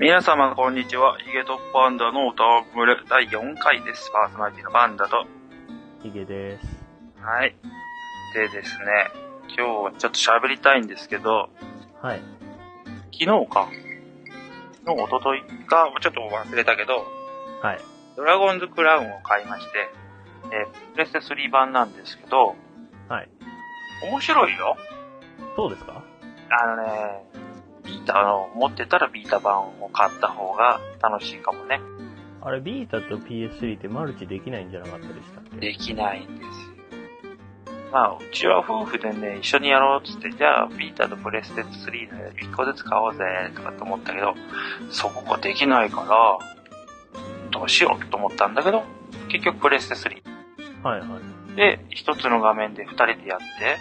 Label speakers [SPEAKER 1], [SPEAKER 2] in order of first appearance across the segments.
[SPEAKER 1] 皆様こんにちは。ヒゲトップパンダの歌をむれ第4回です。パーソナリティのパンダと。
[SPEAKER 2] ヒゲです。
[SPEAKER 1] はい。でですね、今日ちょっと喋りたいんですけど、
[SPEAKER 2] はい。
[SPEAKER 1] 昨日か。昨日、おとといか、ちょっと忘れたけど、
[SPEAKER 2] はい。
[SPEAKER 1] ドラゴンズクラウンを買いまして、えープレステ3版なんですけど、
[SPEAKER 2] はい。
[SPEAKER 1] 面白いよ。
[SPEAKER 2] そうですか
[SPEAKER 1] あのね、ビータの、持ってたらビータ版を買った方が楽しいかもね。
[SPEAKER 2] あれ、ビータと PS3 ってマルチできないんじゃなかったでしたっけ
[SPEAKER 1] できないんですよ。まあ、うちは夫婦でね、一緒にやろうっつって、じゃあ、ビータとプレステ3で1個ずつ買おうぜ、とかと思ったけど、そこができないから、どうしようと思ったんだけど、結局プレステ3。
[SPEAKER 2] はいはい。
[SPEAKER 1] で、一つの画面で二人でやって、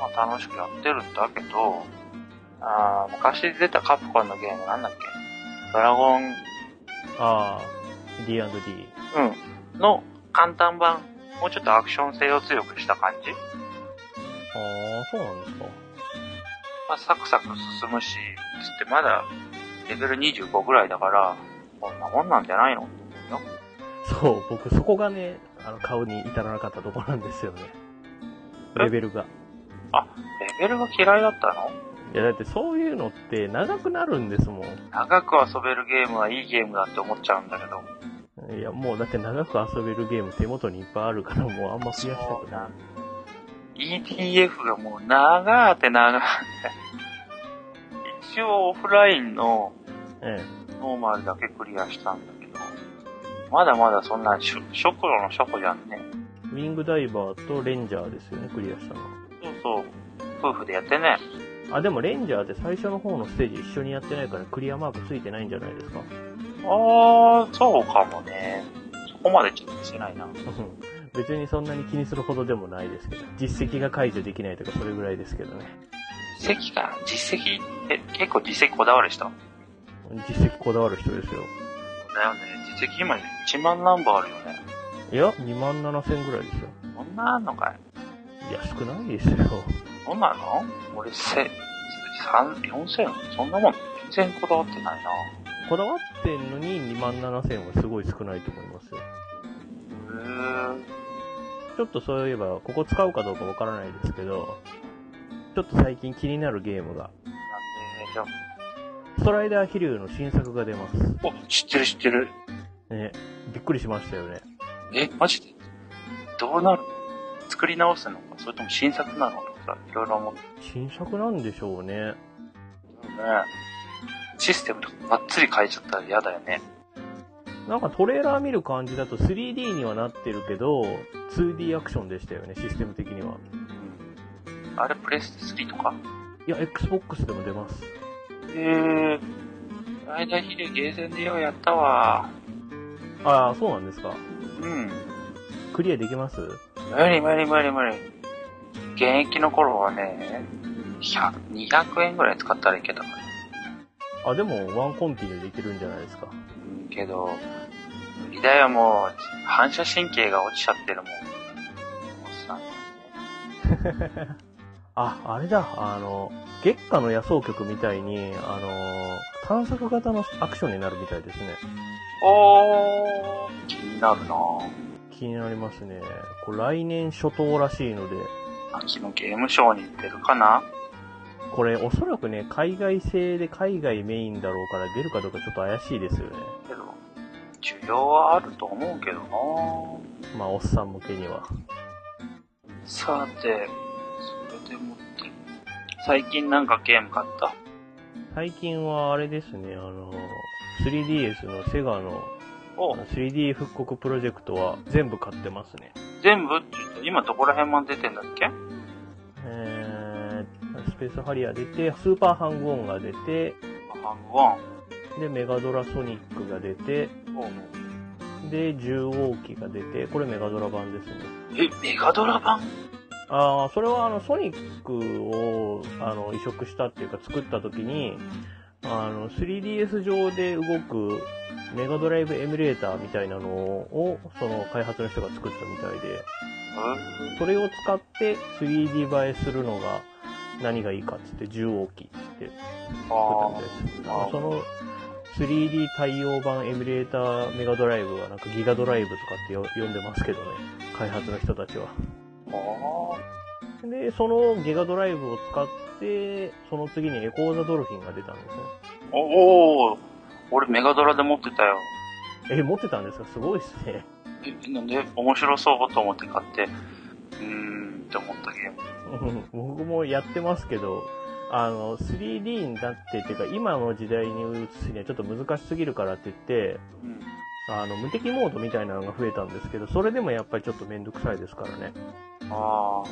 [SPEAKER 1] まあ楽しくやってるんだけど、あー昔出たカプコンのゲームなんだっけドラゴン、
[SPEAKER 2] ああ、D&D。
[SPEAKER 1] うん、の簡単版、もうちょっとアクション性を強くした感じ
[SPEAKER 2] ああ、そうなんですか。
[SPEAKER 1] まあサクサク進むし、つってまだレベル25ぐらいだから、こんなもんなんじゃないの
[SPEAKER 2] そう、僕そこがね、あの、顔に至らなかったところなんですよね。
[SPEAKER 1] え
[SPEAKER 2] レベルが。
[SPEAKER 1] レベルが嫌いだったの
[SPEAKER 2] いや、だってそういうのって長くなるんですも
[SPEAKER 1] 長く遊べるゲームはいいゲームだって思っちゃうんだけど。
[SPEAKER 2] ん。いや、もうだって長く遊べるゲーム手元にいっぱいあるから、もうあんま増やしたくない。
[SPEAKER 1] ETF がもう長ーって長ーって。一応オフラインの
[SPEAKER 2] え
[SPEAKER 1] ノーマルだけクリアしたんだけど、まだまだそんな初初歩の初歩じゃんね。
[SPEAKER 2] え。ウィングダイバーとレンジャーですよね、クリアしたのは。
[SPEAKER 1] そうそう。夫婦でやってね。
[SPEAKER 2] あ、でもレンジャーって最初の方のステージ一緒にやってないからクリアマークついてないんじゃないですか
[SPEAKER 1] あー、そうかもね。そこまでちょっとしてないな。
[SPEAKER 2] うん別にそんなに気にするほどでもないですけど、実績が解除できないとかそれぐらいですけどね。
[SPEAKER 1] 実績かな実績え、結構実績こだわる人
[SPEAKER 2] 実績こだわる人ですよ。
[SPEAKER 1] だよね。実績今1万ナンバーあるよね。
[SPEAKER 2] いや、2万7千ぐらいですよ。
[SPEAKER 1] そんなあんのかい
[SPEAKER 2] 安くないですよ。
[SPEAKER 1] そんなの俺せ、三、四千そんなもん全然こだわってないな。
[SPEAKER 2] こだわってんのに2万7千はすごい少ないと思いますよ。
[SPEAKER 1] へ
[SPEAKER 2] ちょっとそういえば、ここ使うかどうかわからないですけど、ちょっと最近気になるゲームが、
[SPEAKER 1] え。なんで、じゃあ、
[SPEAKER 2] ストライダー飛竜の新作が出ます。
[SPEAKER 1] お、知ってる知ってる。
[SPEAKER 2] ね、びっくりしましたよね。
[SPEAKER 1] え、マジでどうなる作り直すのかそれとも新作なのとかさ、いろいろ思って
[SPEAKER 2] 新作なんでしょうね。
[SPEAKER 1] るね。システムとかがっつり変えちゃったら嫌だよね。
[SPEAKER 2] なんかトレーラー見る感じだと 3D にはなってるけど、2D アクションでしたよね、システム的には。
[SPEAKER 1] うん。あれ、プレステ3とか
[SPEAKER 2] いや、Xbox でも出ます。
[SPEAKER 1] へえ。間ひでゲーセンでようやったわ。
[SPEAKER 2] ああ、そうなんですか。
[SPEAKER 1] うん。
[SPEAKER 2] クリアできます
[SPEAKER 1] 無理無理無理無理。現役の頃はね、100 200円ぐらい使ったらいけたから。
[SPEAKER 2] あ、でもワンコンティニューできるんじゃないですか。
[SPEAKER 1] うんけど、無理だよもう、反射神経が落ちちゃってるもん。おっさん。
[SPEAKER 2] あ、あれだ、あの、月下の野草曲みたいに、あの、探索型のアクションになるみたいですね。
[SPEAKER 1] おー、気になるな
[SPEAKER 2] 気になりますね。これ来年初頭らしいので、
[SPEAKER 1] ぁ秋のゲームショーに出るかな
[SPEAKER 2] これおそらくね、海外製で海外メインだろうから出るかどうかちょっと怪しいですよね。
[SPEAKER 1] けど、需要はあると思うけどなぁ
[SPEAKER 2] まあ、おっさん向けには。
[SPEAKER 1] さて、それでもって、最近なんかゲーム買った
[SPEAKER 2] 最近はあれですね、あの、3DS のセガの
[SPEAKER 1] お
[SPEAKER 2] あの 3D 復刻プロジェクトは全部買ってますね。
[SPEAKER 1] 全部って言った今どこら辺まで出てんだっけ
[SPEAKER 2] えー、スペースハリア出て、スーパーハングオンが出て、
[SPEAKER 1] ハングワン。
[SPEAKER 2] で、メガドラソニックが出て、で、10号機が出て、これメガドラ版ですね。
[SPEAKER 1] え、メガドラ版
[SPEAKER 2] あー、それはあの、ソニックを、あの、移植したっていうか作った時に、あの、3DS 上で動くメガドライブエミュレーターみたいなのを、その開発の人が作ったみたいで、
[SPEAKER 1] う
[SPEAKER 2] それを使って 3D 映えするのが何がいいかっつって10大きいっつって作ったみたいです。
[SPEAKER 1] あー
[SPEAKER 2] その 3D 対応版エミュレーターメガドライブはなんかギガドライブとかってよ呼んでますけどね。開発の人たちは。
[SPEAKER 1] おー
[SPEAKER 2] で、そのギガドライブを使って、その次にエコーザドルフィンが出たんですね。
[SPEAKER 1] おおー俺メガドラで持ってたよ。
[SPEAKER 2] え、持ってたんですかすごいっすね。
[SPEAKER 1] えなんで、面白そうと思って買って、うーんって思ったゲーム。
[SPEAKER 2] うん 僕もやってますけど、あの、3D になってっていうか、今の時代に移すにはちょっと難しすぎるからって言って、
[SPEAKER 1] うん。
[SPEAKER 2] あの、無敵モードみたいなのが増えたんですけど、それでもやっぱりちょっとめんどくさいですからね。
[SPEAKER 1] ああ、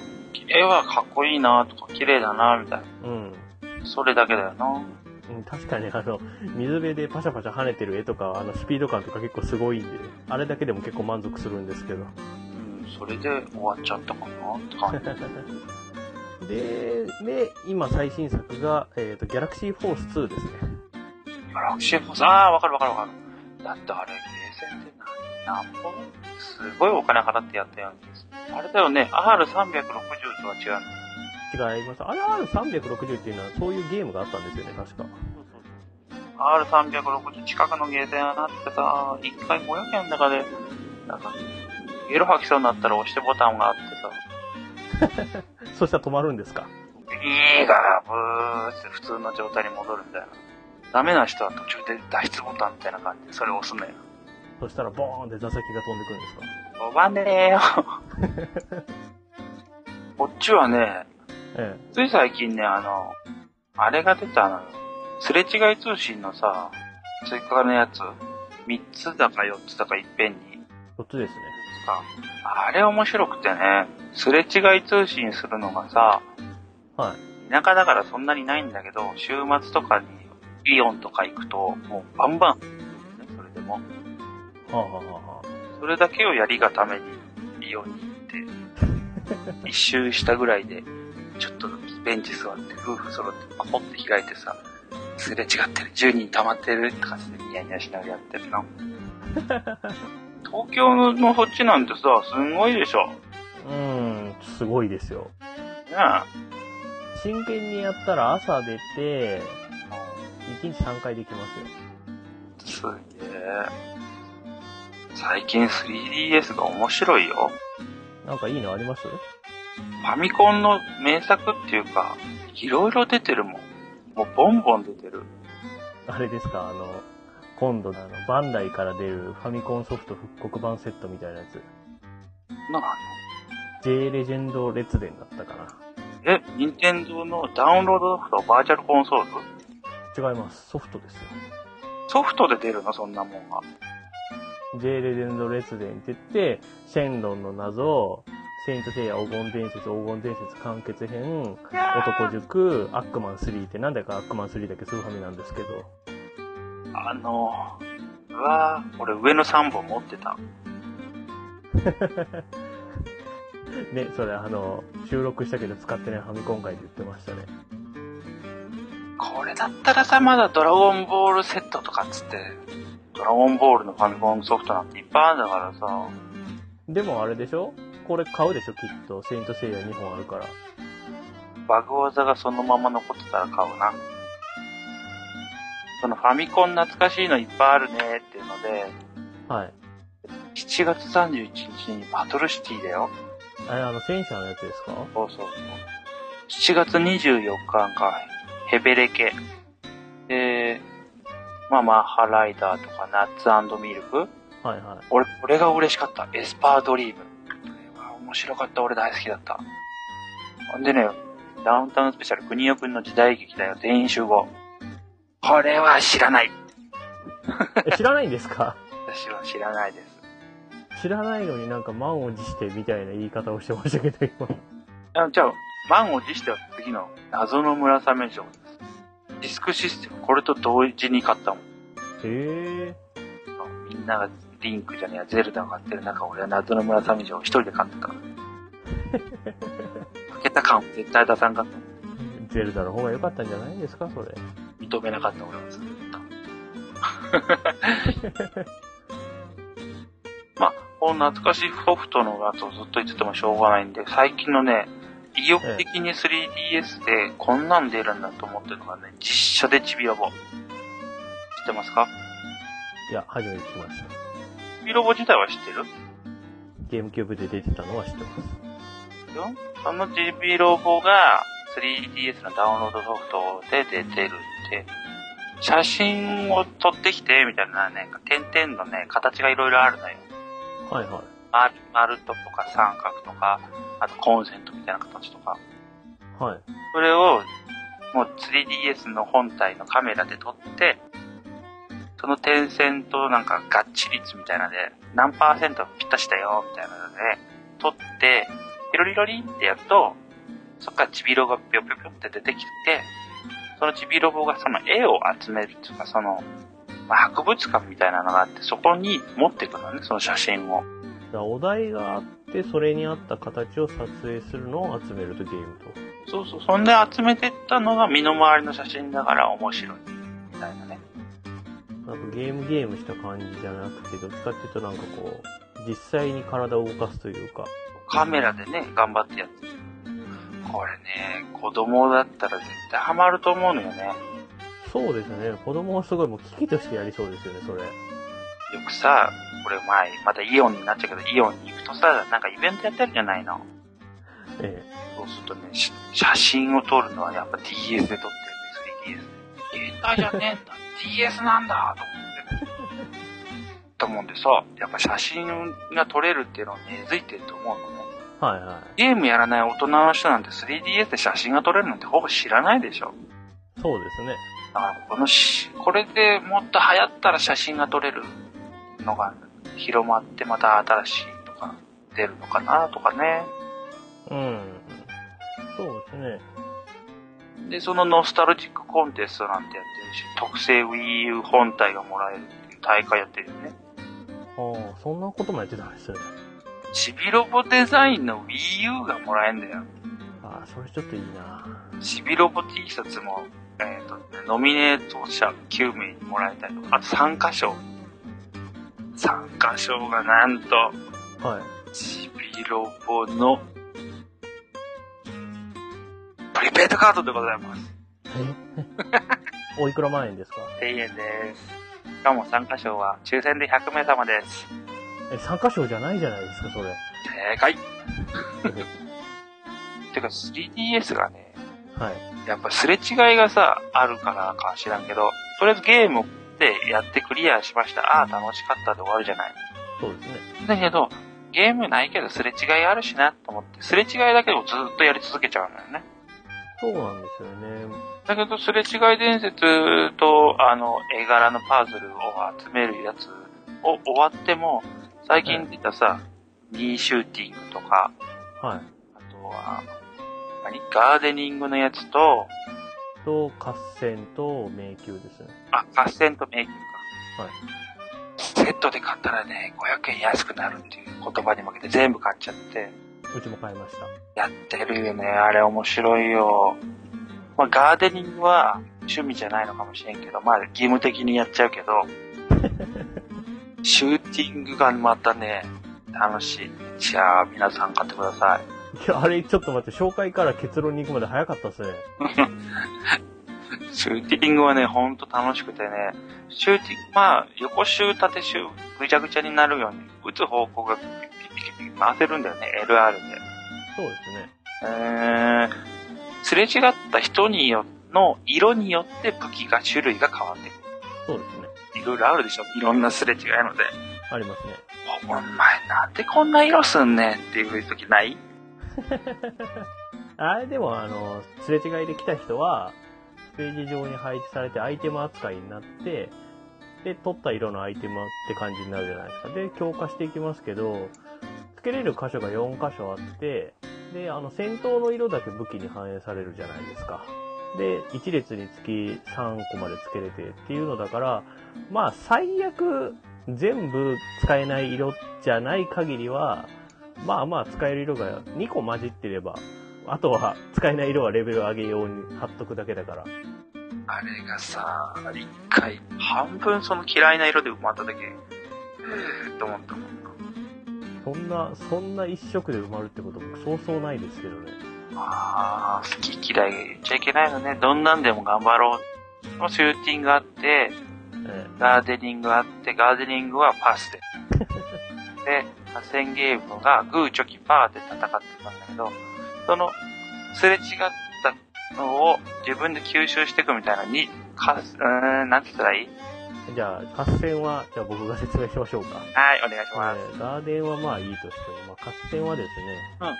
[SPEAKER 1] 絵はかっこいいなとか、綺麗だなみたいな。
[SPEAKER 2] うん。
[SPEAKER 1] それだけだよな。
[SPEAKER 2] うん確かにあの、水辺でパシャパシャ跳ねてる絵とか、あの、スピード感とか結構すごいんで、あれだけでも結構満足するんですけど。
[SPEAKER 1] うん、それで終わっちゃったかなって感じ。
[SPEAKER 2] で、で、今最新作が、えっ、と、ギャラクシーフォース2ですね。
[SPEAKER 1] ギャラクシーフォース、ああ、わかるわかるわかる。だってあれ、ゲーセンって何、何本すごいお金払ってやったやんです。あれだよね、R360 とは違うね。
[SPEAKER 2] 違います。あれ R360 っていうのはそういうゲームがあったんですよね、確か。
[SPEAKER 1] R360 近くのゲーセンになってた、1回500円だかで、なんか、ゲロ吐きそうになったら押してボタンがあってさ、
[SPEAKER 2] そしたら止まるんですか
[SPEAKER 1] ビーがブーって普通の状態に戻るみたいな。ダメな人は途中で脱出ボタンみたいな感じで、それ押すのよ。
[SPEAKER 2] そしたらボーンって座席が飛んでくるんですか
[SPEAKER 1] 飛ばねえよ。こっちはね、
[SPEAKER 2] え
[SPEAKER 1] つい最近ね、あの、あれが出たのよ。すれ違い通信のさ、追加のやつ、3つだか4つだかいっぺんに
[SPEAKER 2] え。そっちですね。
[SPEAKER 1] さ、あれ面白くてね、すれ違い通信するのがさ、
[SPEAKER 2] は
[SPEAKER 1] 田舎だからそんなにないんだけど、週末とかにイオンとか行くと、もうバンバン、ね、それでも。
[SPEAKER 2] い。はあ、はあはあは
[SPEAKER 1] それだけをやりがためにイオンに行って、一周したぐらいで、ちょっとベンチ座って、夫婦揃ってパコって開いてさ、すれ違ってる、10人溜まってるって感じでニヤニヤしながらやってるな。東京のそっちなんてさ、すんごいでしょ。ね
[SPEAKER 2] あ。うーん、すごいですよ。
[SPEAKER 1] え。
[SPEAKER 2] 真剣にやったら朝出て、1日3回できますよ。
[SPEAKER 1] すげえ。最近 3DS が面白いよ。
[SPEAKER 2] なんかいいのあります
[SPEAKER 1] ファミコンの名作っていうか、いろいろ出てるもん。もうボンボン出てる。
[SPEAKER 2] あれですかあの、今度のあの、バンダイから出るファミコンソフト復刻版セットみたいなやつ。
[SPEAKER 1] なあ
[SPEAKER 2] J レジェンド列伝だったかな。
[SPEAKER 1] え、任天堂のダウンロードソフトバーチャルコンソール
[SPEAKER 2] 違います。ソフトですよ。
[SPEAKER 1] ソフトで出るのそんなもんが。
[SPEAKER 2] J レジェンド列伝って言って、シェンロンの謎、セイントセイヤ黄金伝説、黄金伝説完結編、男塾、アックマン3って、なんだかアックマン3だけスーファミなんですけど、
[SPEAKER 1] あの、うわぁ、俺上の3本持ってた。
[SPEAKER 2] ね、それあの、収録したけど使ってないファミコン会で言ってましたね。
[SPEAKER 1] これだったらさ、まだドラゴンボールセットとかっつって、ドラゴンボールのファミコンソフトなんていっぱいあるんだからさ、
[SPEAKER 2] でもあれでしょこれ買うでしょきっと、セイントセイヤ2本あるから。
[SPEAKER 1] バグ技がそのまま残ってたら買うな。そのファミコン懐かしいのいっぱいあるねっていうので、
[SPEAKER 2] はい。
[SPEAKER 1] 7月31日にバトルシティだよ。
[SPEAKER 2] あれ、あの、戦車のやつですか
[SPEAKER 1] そうそうそう。7月24日か、ヘベレケ。で、まあマッハライダーとかナッツミルク。
[SPEAKER 2] はいは
[SPEAKER 1] 俺、これが嬉しかった。エスパードリーム。これは面白かった。俺大好きだった。ほんでね、ダウンタウンスペシャル、国オ君の時代劇だよ。全員集合。これは知らない。
[SPEAKER 2] い。え知らないんですか
[SPEAKER 1] 私は知らないです。
[SPEAKER 2] 知らないのになんか満を持してみたいな言い方をしてましたけど、今。
[SPEAKER 1] あじゃあ、満を持しては次の謎の村雨城です。ディスクシステム、これと同時に買ったもん。
[SPEAKER 2] へえ。
[SPEAKER 1] みんながリンクじゃねえや、ゼルダを買ってる中、俺は謎の村上城を一人で買ってたから。負けた感を絶対出さんかった。
[SPEAKER 2] ゼルダの方が良かったんじゃないんですかそれ。
[SPEAKER 1] 認めなかった俺はずっと。まあ、この懐かしいソフトのやつをずっと言っててもしょうがないんで、最近のね、意欲的に 3DS でこんなん出るんだと思ってるのがね、実写でちびやぼ。ってますか
[SPEAKER 2] いや、初めて聞きました。
[SPEAKER 1] ビロボ自体は知ってる
[SPEAKER 2] ゲームキューブで出てたのは知ってます。
[SPEAKER 1] よ。その G ビロボが 3DS のダウンロードソフトで出てるって、写真を撮ってきて、みたいな、ね、点々のね、形がいろいろあるのよ。
[SPEAKER 2] はいはい。
[SPEAKER 1] 丸、丸とか三角とか、あとコンセントみたいな形とか。
[SPEAKER 2] はい。
[SPEAKER 1] それを、もう 3DS の本体のカメラで撮って、その点線となんかガッチ率みたいなので、何パーセントぴったしだよ、みたいなので、撮って、ピロリロリンってやると、そっからチビロボがピョピョピョって出てきて、そのチビロボがその絵を集めるっていうか、その、まあ博物館みたいなのがあって、そこに持っていくのね、その写真を。
[SPEAKER 2] だからお題があって、それに合った形を撮影するのを集めるとゲームと。
[SPEAKER 1] そうそう、そんで集めてったのが身の回りの写真だから面白い、みたいなね。
[SPEAKER 2] なんかゲームゲームした感じじゃなくて、どっちかっていうとなんかこう、実際に体を動かすというか、
[SPEAKER 1] カメラでね、頑張ってやってる。これね、子供だったら絶対ハマると思うのよね。
[SPEAKER 2] そうですね、子供はすごいもう危機としてやりそうですよね、それ。
[SPEAKER 1] よくさ、これ前、またイオンになっちゃうけど、イオンに行くとさ、なんかイベントやってるじゃないの。
[SPEAKER 2] え
[SPEAKER 1] そうするとね、し写真を撮るのはやっぱ DS で撮ってるね、3DS。携帯じゃねえんだ、DS なんだ、と思って。と思うんでさ、やっぱ写真が撮れるっていうのは根付いてると思うのね。
[SPEAKER 2] え。はいは
[SPEAKER 1] ゲームやらない大人の人なんて 3DS で写真が撮れるなんてほぼ知らないでしょ。
[SPEAKER 2] い。そうですね。
[SPEAKER 1] だからこのし、これでもっと流行ったら写真が撮れるのが広まってまた新しいとか出るのかなとかね。
[SPEAKER 2] うん。そうですね。
[SPEAKER 1] で、そのノスタルジックコンテストなんてやってるし、特製 Wii U 本体がもらえるっていう大会やってるよね。
[SPEAKER 2] ああ、そんなこともやってたんですよね。
[SPEAKER 1] ちびロボデザインの Wii U がもらえるんだよ。
[SPEAKER 2] ああ、それちょっといいな
[SPEAKER 1] ちびロボ T シャツも、えっ、と、ノミネート者9名にもらえたりとか、あと参加賞。参加賞がなんと、
[SPEAKER 2] はい。
[SPEAKER 1] ちびロボの、プリペイトカードでございます。
[SPEAKER 2] えおいくら万円ですか
[SPEAKER 1] 1000円です。しかも参加賞は抽選で100名様です。
[SPEAKER 2] え、参加賞じゃないじゃないですか、それ。
[SPEAKER 1] 正解 てか 3DS がね、
[SPEAKER 2] はい。
[SPEAKER 1] やっぱすれ違いがさ、あるからか知らんけど、とりあえずゲームでやってクリアしました。ああ、楽しかったで終わるじゃない。
[SPEAKER 2] そうですね。
[SPEAKER 1] だけど、ゲームないけどすれ違いあるしなと思って、すれ違いだけをずっとやり続けちゃうのよね。
[SPEAKER 2] そうなんですよね。
[SPEAKER 1] だけど、すれ違い伝説と、あの、絵柄のパズルを集めるやつを終わっても、最近出たさ、ミーシューティングとか、
[SPEAKER 2] はい。
[SPEAKER 1] あとは、何ガーデニングのやつと、
[SPEAKER 2] と、合戦と迷宮ですね。
[SPEAKER 1] あ、合戦とメイクか。
[SPEAKER 2] はい
[SPEAKER 1] セットで買ったらね、500円安くなるっていう言葉に負けて全部買っちゃって、
[SPEAKER 2] うちも買いました。
[SPEAKER 1] やってるよね。あれ面白いよ。まあ、ガーデニングは趣味じゃないのかもしれんけど、まあ、義務的にやっちゃうけど、シューティングがまたね、楽しい。じゃあ、皆さん買ってください。
[SPEAKER 2] いや、あれ、ちょっと待って、紹介から結論に行くまで早かったですね。
[SPEAKER 1] シューティングはね、ほんと楽しくてね、シューティング、まあ、横シュー、縦シュー、ぐちゃぐちゃになるように、打つ方向がピピピピピ回せるんだよね、LR で。
[SPEAKER 2] そうですね。
[SPEAKER 1] えー、すれ違った人によの色によって武器が種類が変わってくる
[SPEAKER 2] そうですね。
[SPEAKER 1] いろいろあるでしょいろんなすれ違いので。
[SPEAKER 2] ありますね。
[SPEAKER 1] おお前なんでこんな色すんねんっていう時ない
[SPEAKER 2] あれ、でも、あの、すれ違いで来た人は、ステージ上に配置されてアイテム扱いになって、で、取った色のアイテムって感じになるじゃないですか。で、強化していきますけど、付けれる箇所が4箇所あって、で、あの、戦闘の色だけ武器に反映されるじゃないですか。で、1列につき3個まで付けれてっていうのだから、まあ、最悪、全部使えない色じゃない限りは、まあまあ使える色が2個混じってれば、あとは使えない色はレベル上げように貼っとくだけだから。
[SPEAKER 1] あれがさ、一回、半分その嫌いな色で埋まった時、うーっと思ったもん。
[SPEAKER 2] そんな、そんな一色で埋まるってこと僕そうそうないですけどね。
[SPEAKER 1] あー、好き嫌い言っちゃいけないのね。どんなんでも頑張ろう。シューティングがあって、
[SPEAKER 2] え
[SPEAKER 1] ガーデニングあって、ガーデニングはパ スで。で、河川ゲームがグーチョキパーで戦ってたんだけど、その、すれ違ったのを自分で吸収していくみたいなに、かす、うーん、なんて言ったらいい
[SPEAKER 2] えじゃあ、合戦は、じゃあ僕が説明しましょうか。
[SPEAKER 1] はい、お願いします。
[SPEAKER 2] えーガーデンはまあいいとして、まあ、合戦はですね、まあ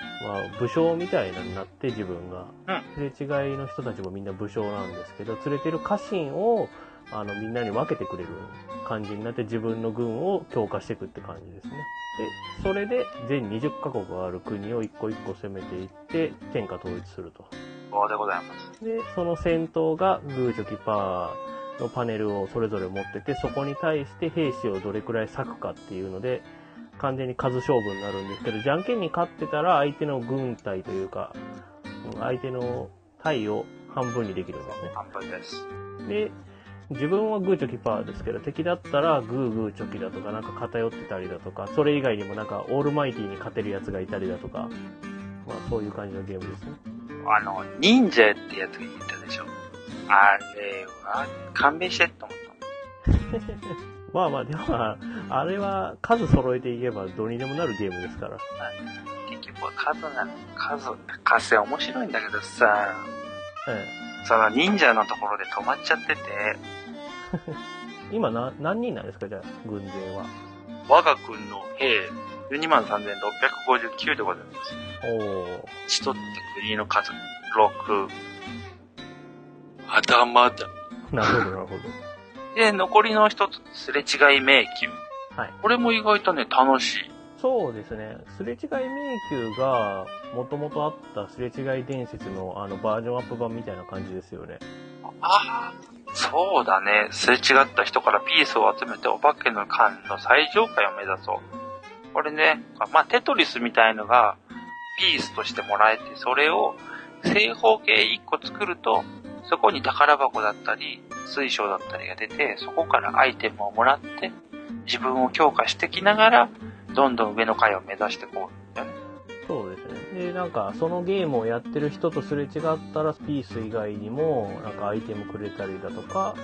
[SPEAKER 2] 武将みたいなのになって自分が、すれ違いの人たちもみんな武将なんですけど、連れてる家臣を、あの、みんなに分けてくれる感じになって自分の軍を強化していくって感じですね。で、それで全20カ国ある国を一個一個攻めていって、天下統一すると。
[SPEAKER 1] そうでございます。
[SPEAKER 2] で、その戦闘がグーチョキパーのパネルをそれぞれ持ってて、そこに対して兵士をどれくらい割くかっていうので、完全に数勝負になるんですけど、じゃんけんに勝ってたら相手の軍隊というか、うん相手の隊を半分にできるんですね。
[SPEAKER 1] 半分です。
[SPEAKER 2] で、自分はグーチョキパーですけど、敵だったらグーグーチョキだとか、なんか偏ってたりだとか、それ以外にもなんかオールマイティに勝てるやつがいたりだとか、まあそういう感じのゲームですね。
[SPEAKER 1] あの、忍者ってやつがいたでしょ。あれは、勘弁してって思っ
[SPEAKER 2] まあまあ、でもまあ、あれは数揃えていけばどうにでもなるゲームですから。
[SPEAKER 1] た。結局は数なの、数、合戦面白いんだけどさ、
[SPEAKER 2] え
[SPEAKER 1] その忍者のところで止まっちゃってて、
[SPEAKER 2] え、今な何人なんですか、じゃあ、軍勢は。
[SPEAKER 1] 我が軍の兵、12万3659でございます。
[SPEAKER 2] おお。
[SPEAKER 1] ちとった国の数、6。まだまだ。
[SPEAKER 2] なるほど、なるほど。
[SPEAKER 1] で、残りの一つ、すれ違い迷宮。
[SPEAKER 2] はい
[SPEAKER 1] これも意外とね、楽しい。
[SPEAKER 2] そうですね。すれ違い迷宮が、もともとあったすれ違い伝説のあのバージョンアップ版みたいな感じですよね。
[SPEAKER 1] ああ、そうだね。すれ違った人からピースを集めてお化けの缶の最上階を目指そう。これね、まあ、テトリスみたいのがピースとしてもらえて、それを正方形1個作ると、そこに宝箱だったり、水晶だったりが出て、そこからアイテムをもらって、自分を強化してきながら、どんどん上の階を目指してこう。
[SPEAKER 2] そうですね。で、なんか、そのゲームをやってる人とすれ違ったら、ピース以外にも、なんかアイテムくれたりだとか、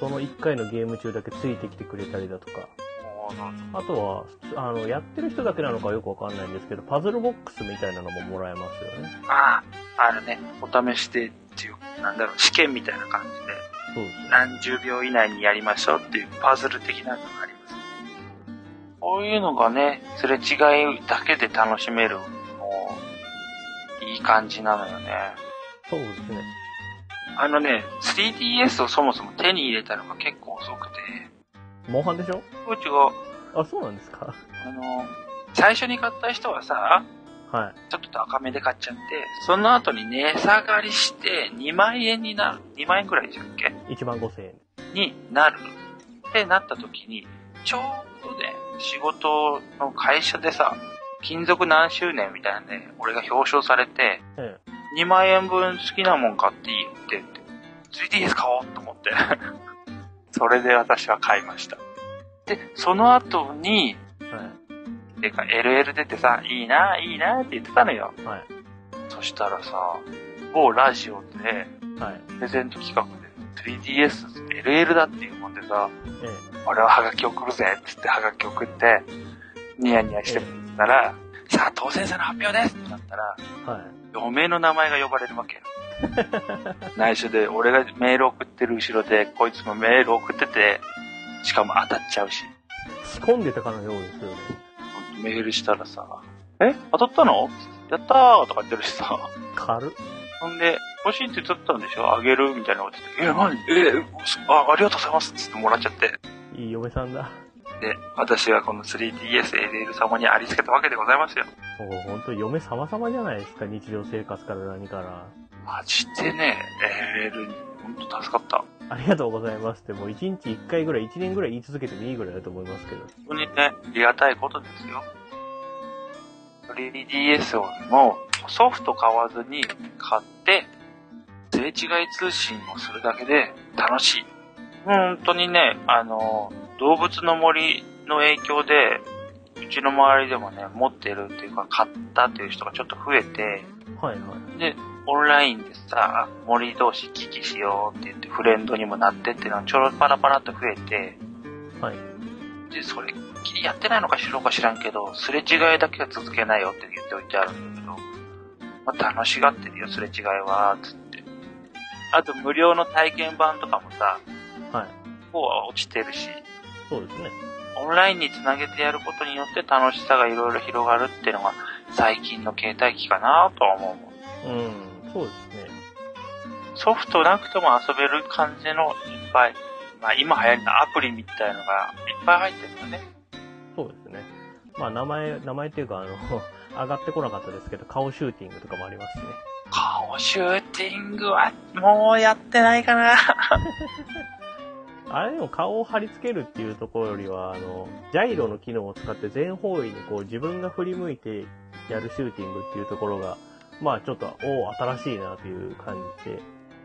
[SPEAKER 2] その1回のゲーム中だけついてきてくれたりだとか、あとは、あの、やってる人だけなのかよくわかんないんですけど、パズルボックスみたいなのももらえますよね。
[SPEAKER 1] ああ、あるね。お試しでっていう、なんだろう、試験みたいな感じで。
[SPEAKER 2] そうですね。
[SPEAKER 1] 何十秒以内にやりましょうっていうパズル的なのがあります。こういうのがね、すれ違いだけで楽しめるのもいい感じなのよね。
[SPEAKER 2] そうですね。
[SPEAKER 1] あのね、3DS をそもそも手に入れたのが結構遅くて、
[SPEAKER 2] モンハンでしょ
[SPEAKER 1] うちが、
[SPEAKER 2] あ、そうなんですか。
[SPEAKER 1] あの、最初に買った人はさ、
[SPEAKER 2] はい。
[SPEAKER 1] ちょっと高めで買っちゃって、その後に値下がりして2万円になる、2万円くらいでしたっけ
[SPEAKER 2] 1万5千円。
[SPEAKER 1] になるってなった時に、ちょうどね、仕事の会社でさ、勤続何周年みたいなんで、俺が表彰されて、
[SPEAKER 2] ええ。
[SPEAKER 1] 2万円分好きなもん買っていいよって言って、3DS 買おうと思って。 それで私は買いました。で、その後に、
[SPEAKER 2] はい。
[SPEAKER 1] てか LL 出てさ、いいな、いいなって言ってたのよ。
[SPEAKER 2] はい。
[SPEAKER 1] そしたらさ、某ラジオで、
[SPEAKER 2] はい。
[SPEAKER 1] プレゼント企画で 3DS、LL だっていうもんでさ、
[SPEAKER 2] え
[SPEAKER 1] 俺はハガキ送るぜっつってハガキ送って、ニヤニヤしてたら、さあ当選者の発表ですってなったら、
[SPEAKER 2] え。はい。
[SPEAKER 1] 嫁の名前が呼ばれるわけよ。内緒で、俺がメール送ってる後ろで、こいつもメール送ってて、しかも当たっちゃうし、
[SPEAKER 2] 仕込んでたかのようですよね。
[SPEAKER 1] メールしたらさ、え当たったのやったーとか言ってるしさ、
[SPEAKER 2] 軽っ。
[SPEAKER 1] ほんで、欲しいって言っちゃったんでしょあげるみたいなこと言ってて、え、何え、そあ、ありがとうございますっつってもらっちゃって。
[SPEAKER 2] いい嫁さんだ。
[SPEAKER 1] で、私はこの 3DSLL 様にありつけたわけでございますよ。
[SPEAKER 2] もう本当嫁様々じゃないですか、日常生活から何から。
[SPEAKER 1] マジでね、LL に本当助かった。
[SPEAKER 2] ありがとうございますって、もう一日一回ぐらい、一年ぐらい言い続けてもいいぐらいだと思いますけど。
[SPEAKER 1] 本当にね、ありがたいことですよ。3DS をもうソフト買わずに買って、すれ違い通信をするだけで楽しい。本当にね、あの、動物の森の影響で、うちの周りでもね、持ってるっていうか買ったっていう人がちょっと増えて、
[SPEAKER 2] はいはい。
[SPEAKER 1] で、オンラインでさ、森同士危機しようって言って、フレンドにもなってっていうのはちょろパラパラっと増えて、
[SPEAKER 2] はい。
[SPEAKER 1] で、それっきりやってないのか知ろうか知らんけど、すれ違いだけは続けないよって言っておいてあるんだけど、まあ、楽しがってるよ、すれ違いは、つって。あと、無料の体験版とかもさ、
[SPEAKER 2] はい。
[SPEAKER 1] こうは落ちてるし、
[SPEAKER 2] そうですね。
[SPEAKER 1] オンラインにつなげてやることによって楽しさがいろいろ広がるっていうのが最近の携帯機かなとは思うもん。
[SPEAKER 2] うん、そうですね。
[SPEAKER 1] ソフトなくても遊べる感じのいっぱい、まあ今流行りのアプリみたいのがいっぱい入ってるんだね。
[SPEAKER 2] そうですね。まあ、名前、名前っていうか、あの、上 がってこなかったですけど、顔シューティングとかもありますしね。
[SPEAKER 1] 顔シューティングはもうやってないかな。
[SPEAKER 2] あれでも顔を貼り付けるっていうところよりは、あの、ジャイロの機能を使って全方位にこう自分が振り向いてやるシューティングっていうところが、まあちょっと、おお、新しいなという感じで、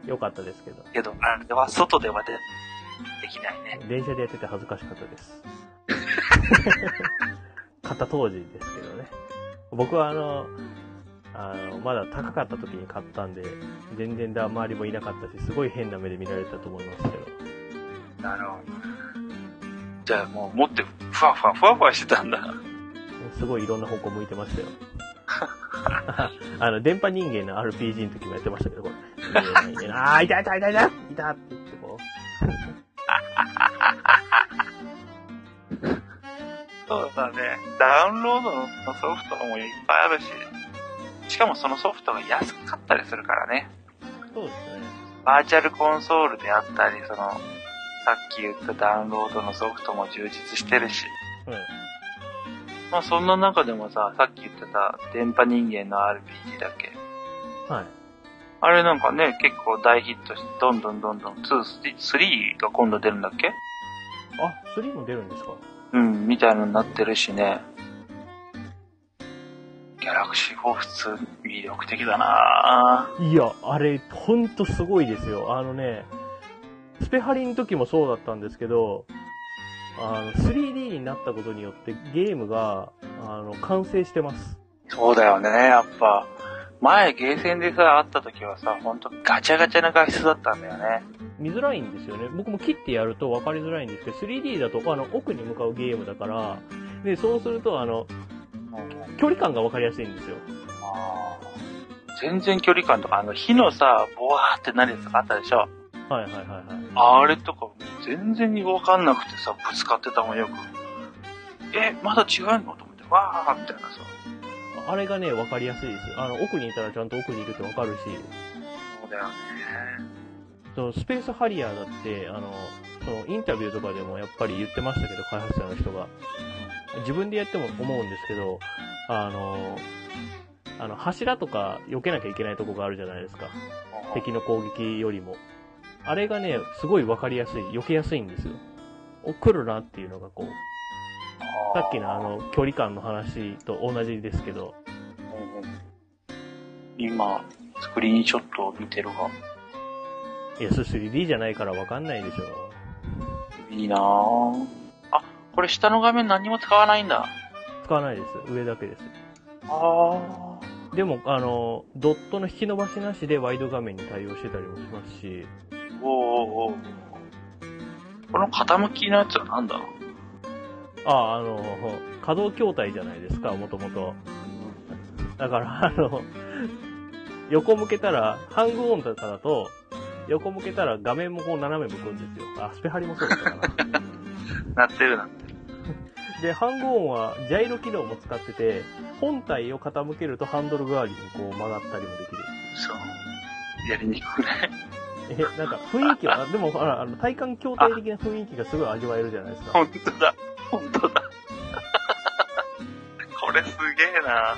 [SPEAKER 2] 良かったですけど、
[SPEAKER 1] けど、あれは外ではでできないね。
[SPEAKER 2] 電車でやってて恥ずかしかったです。買った当時ですけどね。僕はあの、あの、まだ高かった時に買ったんで、全然だ、周りもいなかったし、すごい変な目で見られたと思いますけど。
[SPEAKER 1] なるほど。じゃあもう持ってふわふわふわふわしてたんだ。
[SPEAKER 2] すごいいろんな方向向いてましたよ。 あの、電波人間の RPG の時もやってましたけど、これ。あー、痛い痛い痛い痛い痛いって言ってこ
[SPEAKER 1] そうだね。ダウンロードのソフトもいっぱいあるし、しかもそのソフトが安かったりするからね。
[SPEAKER 2] う。そうですね。
[SPEAKER 1] バーチャルコンソールであったり、その、さっき言ったダウンロードのソフトも充実してるし、まあそんな中でもさ、さっき言ってた電波人間の RPG だっけ
[SPEAKER 2] うん。はい。
[SPEAKER 1] あれなんかね、結構大ヒットして、どんどんどんどん2、3が今度出るんだっけ
[SPEAKER 2] あ、3も出るんですか
[SPEAKER 1] うん、みたいなのになってるしね。ギャラクシー4普通魅力的だない
[SPEAKER 2] や、あれ、ほんとすごいですよ。あのね、スペハリの時もそうだったんですけど、あの、3D になったことによってゲームが、あの、完成してます。
[SPEAKER 1] そうだよね、やっぱ。前、ゲーセンでさ、会った時はさ、ほんとガチャガチャな外出だったんだよね。
[SPEAKER 2] 見づらいんですよね。僕も切ってやると分かりづらいんですけど、3D だと、あの、奥に向かうゲームだから、で、そうすると、あの、距離感が分かりやすいんですよ。
[SPEAKER 1] あー全然距離感とか、あの、火のさ、ボワーってなるやつがあったでしょ。
[SPEAKER 2] はいはいはいはい。
[SPEAKER 1] あれとかも全然わかんなくてさ、ぶつかってたもんよく。え、まだ違うのと思って、わーみたいなさ。
[SPEAKER 2] あれがね、分かりやすいです。あの、奥にいたらちゃんと奥にいるって分かるし、
[SPEAKER 1] そうだよね。
[SPEAKER 2] そのスペースハリアーだって、あの、そのインタビューとかでもやっぱり言ってましたけど、開発者の人が。自分でやっても思うんですけど、あの、あの、柱とか避けなきゃいけないとこがあるじゃないですか。敵の攻撃よりも。あれがね、すごい分かりやすい、避けやすいんですよ。お、来るなっていうのがこう、さっきのあの、距離感の話と同じですけど、
[SPEAKER 1] うんうん今、スクリーンショットを見てるが、
[SPEAKER 2] いや、それ 3D じゃないから分かんないでしょ。
[SPEAKER 1] いいなぁ。あ、これ下の画面何も使わないんだ。
[SPEAKER 2] 使わないです。上だけです。
[SPEAKER 1] ああ。
[SPEAKER 2] でも、あの、ドットの引き伸ばしなしでワイド画面に対応してたりもしますし、
[SPEAKER 1] おうおうおうこの傾きのやつは何だろう
[SPEAKER 2] あ、あの、可動筐体じゃないですか、もともと。だから、あの、横向けたら、ハングオンとかだと、横向けたら画面もこう斜め向くんですよ。あ、スペハリもそうだったかな。
[SPEAKER 1] なってるな。
[SPEAKER 2] で、ハングオンはジャイロ機能も使ってて、本体を傾けるとハンドル代わりにこう曲がったりもできる。
[SPEAKER 1] そう。やりにくくない
[SPEAKER 2] え、なんか雰囲気は、でもほらあの体感筐体的な雰囲気がすごい味わえるじゃないですか。
[SPEAKER 1] 本当だ。本当だ。 これすげえな。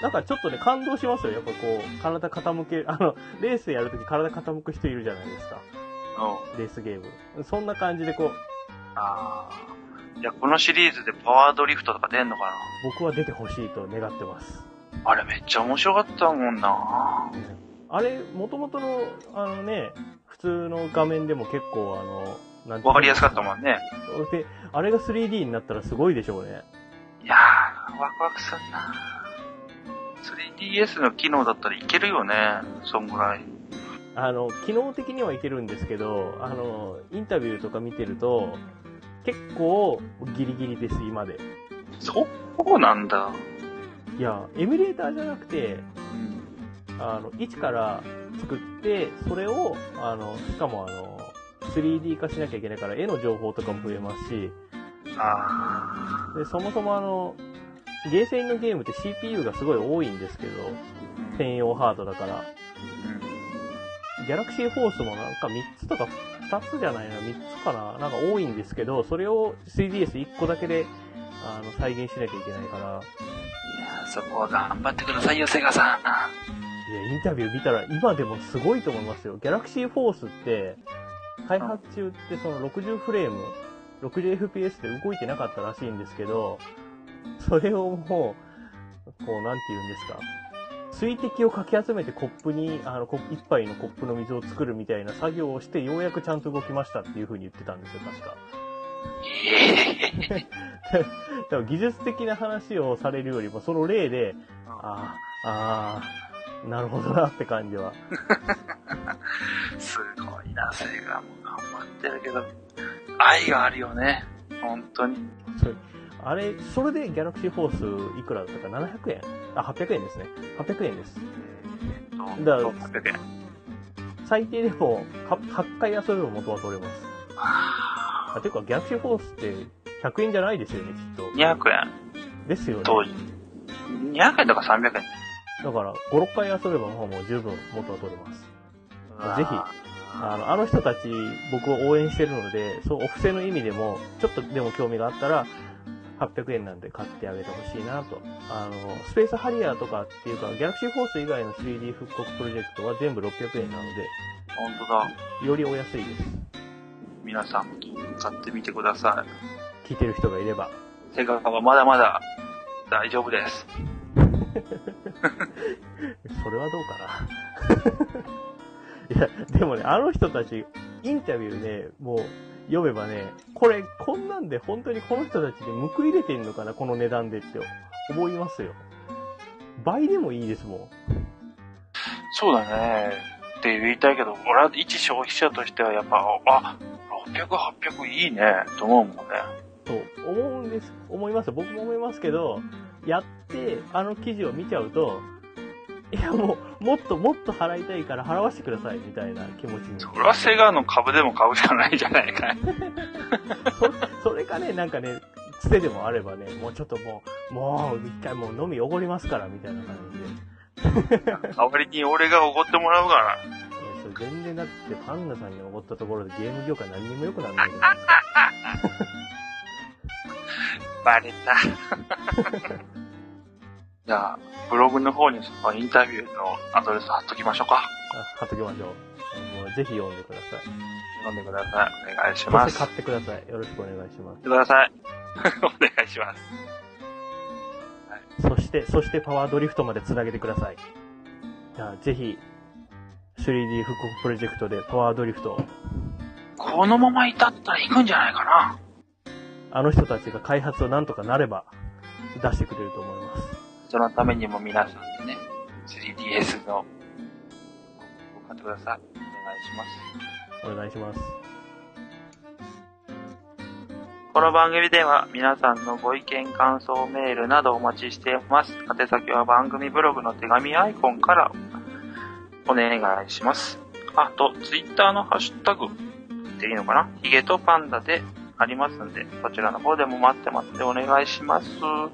[SPEAKER 2] なんかちょっとね、感動しますよ。やっぱこう、体傾け る、あの、レースやるとき体傾く人いるじゃないですか。
[SPEAKER 1] うん。
[SPEAKER 2] レースゲーム。そんな感じでこう、
[SPEAKER 1] ああ。いや、このシリーズでパワードリフトとか出んのか
[SPEAKER 2] 僕は出てほしいと願ってます。
[SPEAKER 1] なあれめっちゃ面白かったもんな。
[SPEAKER 2] あれ、元々の、あのね、普通の画面でも結構あの、なん
[SPEAKER 1] わかりやすかった
[SPEAKER 2] ん。
[SPEAKER 1] もんね。
[SPEAKER 2] で、あれが 3D になったらすごいでしょうね。
[SPEAKER 1] いやー、ワクワクすんな。 3DS の機能だったらいけるよね。そんぐらい。
[SPEAKER 2] あの、機能的にはいけるんですけど、あの、インタビューとか見てると、結構ギリギリです、今で。
[SPEAKER 1] そうなんだ。
[SPEAKER 2] いや、エミュレーターじゃなくて、
[SPEAKER 1] うん。
[SPEAKER 2] あの、一から作って、それを、あの、しかもあの、3D 化しなきゃいけないから、絵の情報とかも増えますし、
[SPEAKER 1] あ
[SPEAKER 2] で、そもそもあの、ゲーセンのゲームって CPU がすごい多いんですけど、
[SPEAKER 1] ー。
[SPEAKER 2] 専用ハードだから。ギャラクシーフォースもなんか3つとか2つじゃないな、3つかな、なんか多いんですけど、それを 3DS1 個だけで、あの、再現しなきゃいけないから、
[SPEAKER 1] いやそこは頑張ってくださいよ、セガさん。
[SPEAKER 2] いや、インタビュー見たら今でもすごいと思いますよ。ギャラクシーフォースって、開発中ってその60フレーム、60fps で動いてなかったらしいんですけど、それをもう、こう、なんて言うんですか。水滴をかき集めてコップに、あの、コ一杯のコップの水を作るみたいな作業をして、ようやくちゃんと動きましたっていう風に言ってたんですよ、確か。
[SPEAKER 1] ええ
[SPEAKER 2] だから技術的な話をされるよりも、その例で、ああ、ああ、なるほどなって感じは
[SPEAKER 1] すごいな、セガも頑張ってるけど、愛があるよね。本当に。
[SPEAKER 2] それ、あれ、それでギャラクシーフォースいくらだったか ?700 円あ、800円ですね。800円です。
[SPEAKER 1] えっと、
[SPEAKER 2] だ
[SPEAKER 1] 600円。
[SPEAKER 2] 最低でもか8回遊べば元は取れます。あ、ていうか、ギャラクシーフォースって100円じゃないですよね、きっと。
[SPEAKER 1] 200円。
[SPEAKER 2] ですよね。
[SPEAKER 1] 当時。200円とか300円。
[SPEAKER 2] だから、5、6回遊べばもうもう十分元は取れます。ぜひあの、あの人たち、僕を応援してるので、そう、お布施の意味でも、ちょっとでも興味があったら、800円なんで買ってあげてほしいなと。あの、スペースハリアーとかっていうか、ギャラクシーフォース以外の 3D 復刻プロジェクトは全部600円なので、
[SPEAKER 1] 本当だ。
[SPEAKER 2] よりお安いです。
[SPEAKER 1] 皆さん、買ってみてください。
[SPEAKER 2] 聞いてる人がいれば。
[SPEAKER 1] セガはまだまだ大丈夫です。
[SPEAKER 2] それはどうかな。 いや、でもね、あの人たち、インタビューね、もう、読めばね、これ、こんなんで本当にこの人たちで報いれてんのかな、この値段でって思いますよ。倍でもいいですもん。
[SPEAKER 1] そうだね。って言いたいけど、俺は一消費者としてはやっぱ、あ、600、800いいね、と思うもんね。
[SPEAKER 2] と思うんです、思いますよ僕も思いますけど、やって、あの記事を見ちゃうと、いやもう、もっともっと払いたいから払わせてください、みたいな気持ちに。
[SPEAKER 1] それはセガの株でも買うしかないんじゃない かい。
[SPEAKER 2] そそれかね、なんかね、つてでもあればね、もうちょっともう、もう一回もう飲みおごりますから、みたいな感じで。
[SPEAKER 1] 代わりに俺がおごってもらうから。
[SPEAKER 2] えーそれ全然だってパンダさんにおごったところでゲーム業界何にも良くならないじゃないですか。
[SPEAKER 1] バレた。 じゃあ、ブログの方にそのインタビューのアドレス貼っときましょうか。
[SPEAKER 2] あ買っときましょう。もうぜひ読んでください。
[SPEAKER 1] 読んでください。お願いしま
[SPEAKER 2] そし
[SPEAKER 1] す。
[SPEAKER 2] て買ってください。よろしくお願いしま
[SPEAKER 1] ください。 お願いします。
[SPEAKER 2] す。そして、そしてパワードリフトまで繋げてください。じゃあぜひ、3D 復刻プロジェクトでパワードリフト、
[SPEAKER 1] このまま至ったら行くんじゃないかな。
[SPEAKER 2] あの人たちが開発をなんとかなれば、出してくれると思います。
[SPEAKER 1] そのためにも皆さんでね、3DS の、買ってください。お願いします。
[SPEAKER 2] お願いします。
[SPEAKER 1] この番組では皆さんのご意見、感想、メールなどお待ちしています。宛先は番組ブログの手紙アイコンからお願いします。あと、ツイッターのハッシュタグでいいのかなヒゲとパンダでありますんで、そちらの方でも待ってますんでお願いします。
[SPEAKER 2] お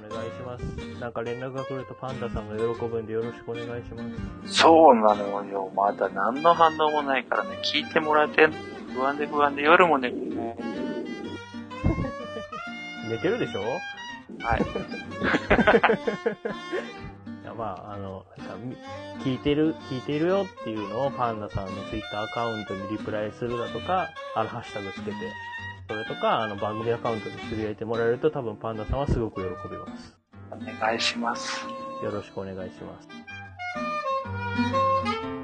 [SPEAKER 2] 願いします。なんか連絡が来るとパンダさんが喜ぶんでよろしくお願いします。
[SPEAKER 1] そうなのよ。まだ何の反応もないからね、聞いてもらえてんの不安で不安で夜もね、
[SPEAKER 2] 寝てるでしょ
[SPEAKER 1] はい。
[SPEAKER 2] いやまあ、あの、なんかみ聞いてる、聞いてるよっていうのをパンダさんのツイッターアカウントにリプライするだとか、あの、ハッシュタグつけて、それとか、あの、番組アカウントでつぶやいてもらえると多分パンダさんはすごく喜びます。
[SPEAKER 1] お願いします。
[SPEAKER 2] よろしくお願いします。